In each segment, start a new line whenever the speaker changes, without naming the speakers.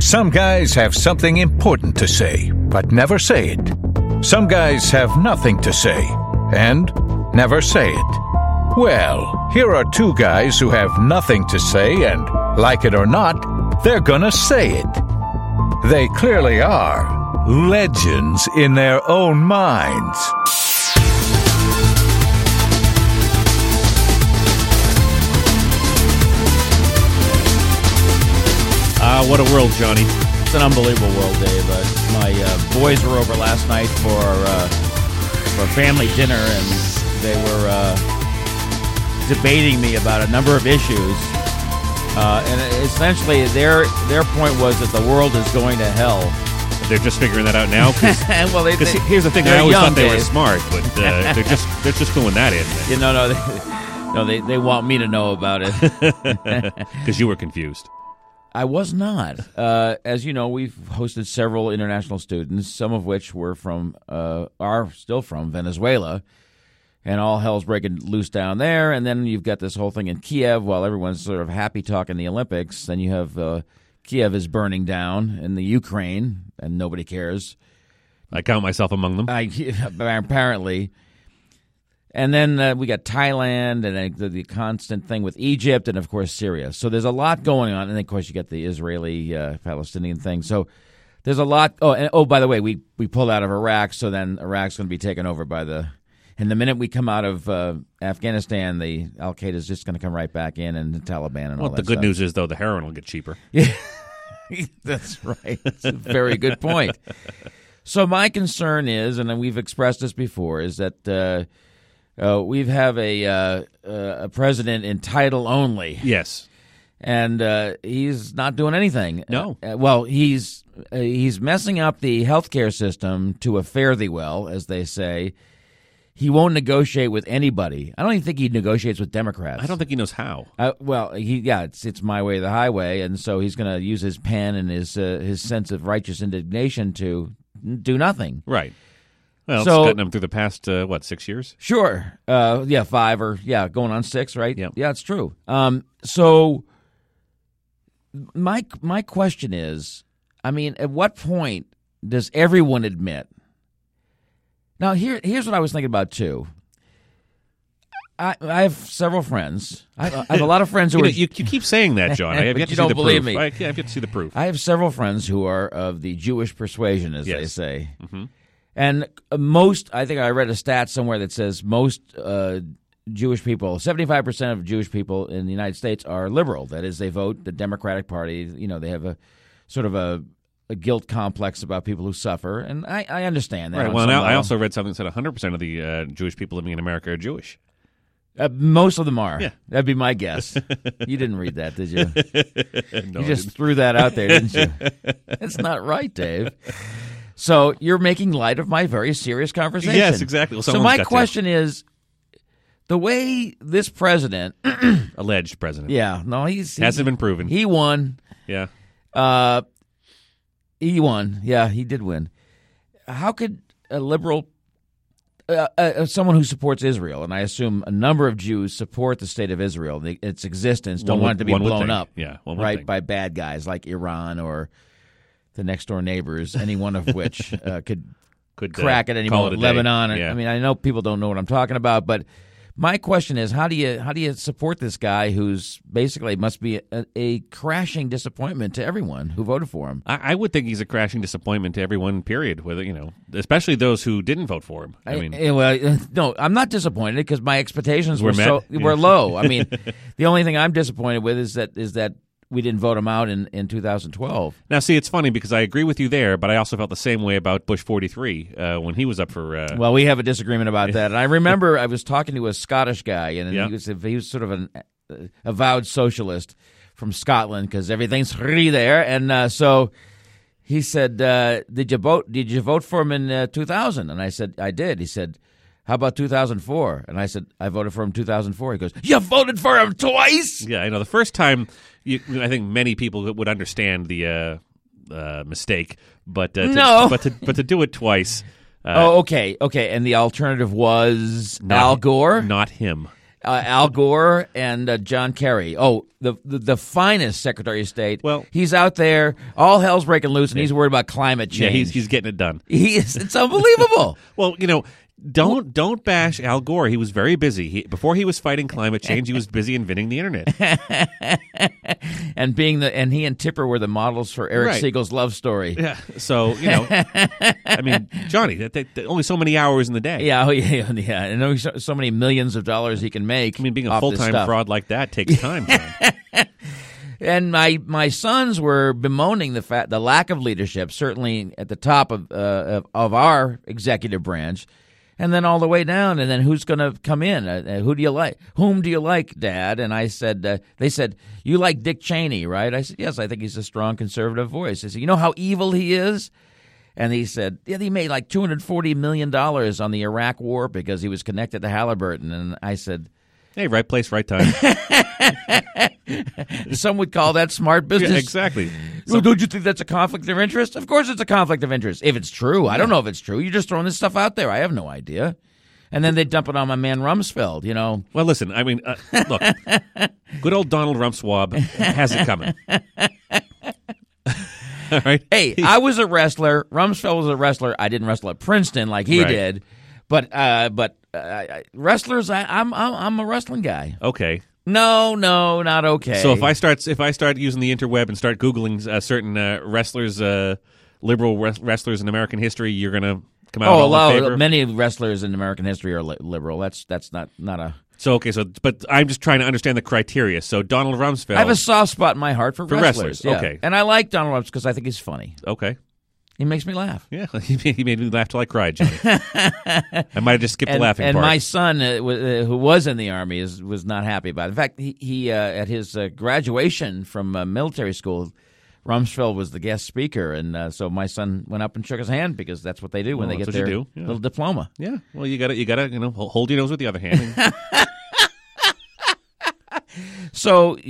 Some guys have something important to say, but never say it. Some guys have nothing to say, and never say it. Well, here are two guys who have nothing to say, and like it or not, they're gonna say it. They clearly are legends in their own minds.
Uh,
Ah, what a world, Johnny.
It's an unbelievable world, Dave. Uh, my uh, boys were over last night for uh, for family dinner, and they were uh, debating me about a number of issues. Uh, and essentially, their their point was that the world is going to hell.
They're just figuring that out now.
And well, they,
Because
they-
here's the thing, I
they're
always
young,
thought they were
Dave.
smart, but uh, they're just they're just filling that in
You know, no, they, no, they they want me to know about it.
because you were confused.
I was not. Uh, as you know, we've hosted several international students, some of which were from, uh, are still from Venezuela, and all hell's breaking loose down there. And then you've got this whole thing in Kiev while everyone's sort of happy talking the Olympics. Then you have uh, Kiev is burning down in the Ukraine, and nobody cares.
I count myself among them.
I, apparently. And then uh, we got Thailand and uh, the, the constant thing with Egypt and, of course, Syria. So there's a lot going on. And, of course, you got the Israeli uh, Palestinian thing. So there's a lot. Oh, and, oh, by the way, we, we pulled out of Iraq. So then Iraq's going to be taken over by the. And the minute we come out of uh, Afghanistan, the Al Qaeda is just going to come right back in and the Taliban and all
Well,
that
the good
stuff.
news is though, the heroin will get cheaper.
That's right. That's a very good point. So my concern is, and we've expressed this before, is that uh, uh, we have a uh, uh, a president in title only,
Yes,
and uh, he's not doing anything.
No.
Uh, well, he's uh, he's messing up the healthcare system to a fare thee well, as they say. He won't negotiate with anybody. I don't even think he negotiates with Democrats.
I don't think he knows how.
Uh, well, he yeah, it's it's my way, or the highway, and so he's going to use his pen and his uh, his sense of righteous indignation to do nothing.
Right. Well,
So-
it's gotten him through the past uh, what six years.
Sure, uh, yeah, five or yeah, going on six, right?
Yeah.
yeah, it's true. Um, so my my question is, I mean, at what point does everyone admit? Now, here here's what I was thinking about too. I, I have several friends. I, I have a lot of friends who
You, know,
are
you, you keep saying that, John. I have
But
yet to
you
see
don't
the
believe
proof.
me.
I, I've yet to see the proof.
I have several friends who are of the Jewish persuasion, as they
Yes. Mm-hmm.
say. And uh, most, I think I read a stat somewhere that says most uh, Jewish people, 75% of Jewish people in the United States are liberal. That is, they vote the Democratic Party. You know, they have a sort of a, a guilt complex about people who suffer. And I, I understand that.
Right.
on
Well,
some
now I
level.
also read something that said 100 percent of the uh, Jewish people living in America are Jewish.
Uh, most of them are.
Yeah.
That'd be my guess. you didn't read that, did you?
No,
You
I
just
Oh, didn't.
threw that out there, didn't you? That's not right, Dave. So you're making light of my very serious conversation.
Yes, exactly. Well,
so
someone's
my
got to.
question is, the way this president,
alleged president.
yeah, no, he's he,
Hasn't been proven.
he won.
yeah.
Uh, he won. Yeah, he did win. How could a liberal, uh, uh, someone who supports Israel, and I assume a number of Jews support the state of Israel, the, its existence, don't
One would-
want it to be
one would
blown
think.
up,
Yeah, one would
right,
think.
by bad guys like Iran or the next door neighbors, any one of which uh, could
Could uh,
crack at any
call
moment.
it a day.
Lebanon. and-
Yeah.
I mean, I know people don't know what I'm talking about, but my question is, how do you how do you support this guy who's basically must be a, a crashing disappointment to everyone who voted for him?
I, I would think he's a crashing disappointment to everyone. Period. Whether you know, especially those who didn't vote for him. I, mean,
Eh, well, no, I'm not disappointed because my expectations were,
Were met?
so
Yeah.
were low. I mean, the only thing I'm disappointed with is that is that we didn't vote him out in, in 2012.
now see, it's funny because I agree with you there, but I also felt the same way about Bush forty three uh, when he was up for. Uh,
Well, we have a disagreement about that. And I remember I was talking to a Scottish guy, and
Yeah.
he, was, he was sort of an uh, avowed socialist from Scotland because everything's free there. And uh, so he said, uh, "Did you vote? Did you vote for him in uh, 2000?" And I said, "I did." He said. How about 2004? And I said I voted for him 2004. He goes, "You voted for him twice."
yeah, I know. The first time, you, I think many people would understand the uh, uh, mistake, but uh, to,
No.
but to but to do it twice, uh,
oh, okay, okay. And the alternative was Al Gore.
not him.
uh, Al Gore and uh, John Kerry. Oh, the, the the finest Secretary of State.
Well-
he's out there, all hell's breaking loose, and he's worried about climate change.
Yeah, he's, he's getting it done.
he is. It's unbelievable.
Well, you know, don't don't bash Al Gore. He was very busy. He, before he was fighting climate change, he was busy inventing the internet.
and being the and he and Tipper were the models for Eric
Right.
Siegel's love story.
Yeah. So you know, I mean, Johnny, that, that, that- only so many hours in the day.
Yeah, oh, yeah, yeah. And there's so, so many millions of dollars he can make.
I mean, being a
off
full
this
time
stuff.
fraud like that takes time. John.
And my my sons were bemoaning the fact the lack of leadership, certainly at the top of uh, of, of our executive branch, and then all the way down. And then who's going to come in? Uh, uh, who do you like? Whom do you like, Dad? And I said, uh, they said, you like Dick Cheney, right? I said, yes, I think he's a strong conservative voice. They said, you know how evil he is. And he said, yeah, he made like $240 million on the Iraq war because he was connected to Halliburton. And I said,
hey, right place, right time.
some would call that smart business.
Yeah, exactly.
Well, don't you think that's a conflict of interest? Of course, it's a conflict of interest. If it's true, I don't know if it's true. You're just throwing this stuff out there. I have no idea. And then they dump it on my man Rumsfeld. You know,
Well, listen, I mean, uh, look, good old Donald Rumswab has it coming. All right.
hey, I was a wrestler. Rumsfeld was a wrestler. I didn't wrestle at Princeton like he
Right.
did, but uh, but uh, I- wrestlers, I, I'm, I'm I'm a wrestling guy.
Okay.
No, no, not okay.
So if I start if I start using the interweb and start googling uh, certain uh, wrestlers, uh, liberal wres- wrestlers in American history, you're gonna come out
oh, a
all
lot
in
of-
favor.
many wrestlers in American history are li- liberal. That's that's not not a.
so okay, so but I'm just trying to understand the criteria. So Donald Rumsfeld.
I have a soft spot in my heart for,
Oh. For
wrestlers.
wrestlers,
yeah.
okay.
and I like Donald Rumsfeld because I think he's funny.
okay.
He makes me laugh.
Yeah, he made, he made me laugh till I cried, Johnny. I might have just skipped
and,
the laughing
and
part.
my son, uh, wa- uh, who was in the army, is was not happy about. it. In fact, he, he uh, at his uh, graduation from uh, military school, Rumsfeld was the guest speaker, and uh, so my son went up and shook his hand because that's what they do when
Well,
they get
that's
their
what you do, yeah.
little diploma.
yeah, well, you gotta you gotta you know ho- hold your nose with the other hand. And,
So y- uh,
that-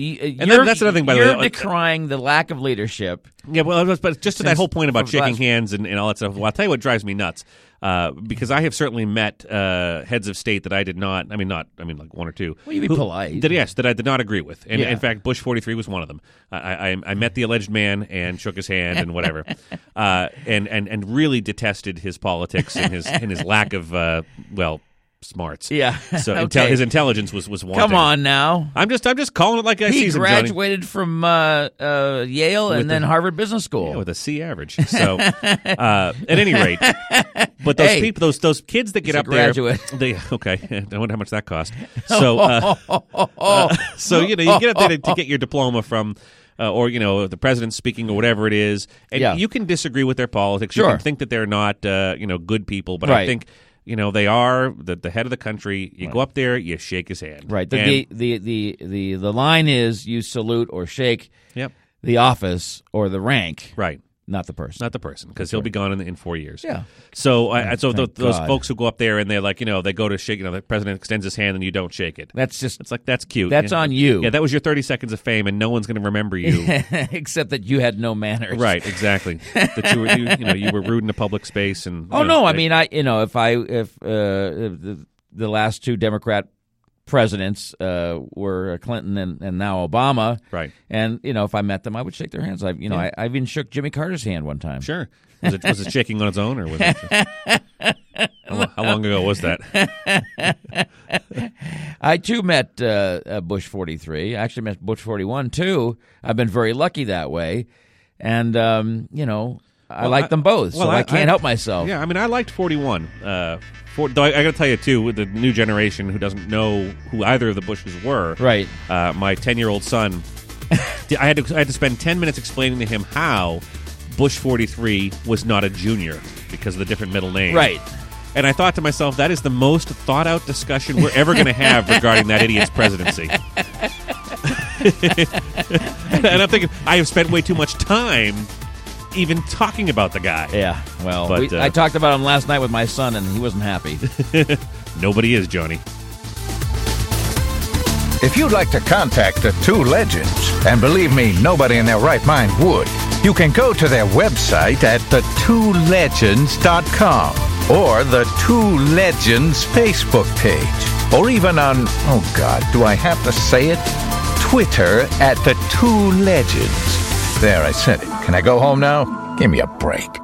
you're-
that's another thing, by the
you're
way.
decrying the lack of leadership.
Yeah, well, but- but just to that whole point about
from
shaking
last-
hands and, and all that stuff. Well, I'll tell you what drives me nuts, uh, because I have certainly met uh, heads of state that I did not. I mean, not. I mean, like one or two.
Well, you be
who-
polite.
That, yes, that I did not agree with. And
Yeah.
in fact, Bush forty three was one of them. I, I, I met the alleged man and shook his hand and whatever, uh, and and and really detested his politics and his and his lack of uh, well smarts.
Yeah.
So intel-
Okay.
his intelligence was was wanting.
Come on now.
I'm just I'm just calling it like I see
He
it, Johnny.
graduated from uh, uh, Yale and then Harvard Business School.
Yeah, with a C average. So, uh, at any rate, but those
Hey,
people, those those kids that get
a
up there,
graduate.
they okay. I wonder how much that cost. So, uh, uh, so you know, you get up there to, to get your diploma from. Uh, or you know the president speaking or whatever it is, and
Yeah.
you can disagree with their politics. You
Sure.
can think that they're not uh, you know good people, but I
Right.
think you know they are the, the head of the country. You go up there, you shake his hand,
Right. The,
And-
the, the, the, the, the line is you salute or shake
Yep.
the office or the rank,
right.
not the person.
not the person because he'll be gone in, in four years.
Yeah.
So I, so th- those
God.
folks who go up there and they're like, you know, they go to shake. You know, the president extends his hand and you don't shake it.
That's just
It's like that's cute.
That's
Yeah.
on you.
Yeah, that was your thirty seconds of fame, and no one's going to remember you.
except that you had no manners.
right? Exactly. that you were you, you know you were rude in a public space and.
Oh
you know,
no, I
they-
mean I you know if I if uh if the, the last two Democrat presidents uh were Clinton and, and now Obama.
Right.
And you know if I met them I would shake their hands. I you know I, I even shook Jimmy Carter's hand one time.
Sure. Was it, was it shaking on its own, or was it? how, lo- how long ago was that?
I too met uh, uh, Bush 43. I actually met Bush 41 too. I've been very lucky that way. And, um, you know, I like them both, so I, can't help myself.
Yeah, I mean, I liked 41. Uh, for, though I, I got to tell you, too, with the new generation who doesn't know who either of the Bushes were.
Right.
Uh, my 10 year old son, I had, to, I had to spend 10 minutes explaining to him how Bush 43 was not a junior because of the different middle name.
Right.
And I thought to myself, that is the most thought out discussion we're ever going to have regarding that idiot's presidency. and I'm thinking, I have spent way too much time even talking about the guy.
Yeah. Well,
But,
we-
uh,
I talked about him last night with my son, and he wasn't happy.
Nobody is, Johnny.
If you'd like to contact the two legends, and believe me, nobody in their right mind would, you can go to their website at thetwolegends.com or the Two Legends Facebook page. or even on, oh God, do I have to say it? Twitter at the two legends. There, I said it. Can I go home now? Give me a break.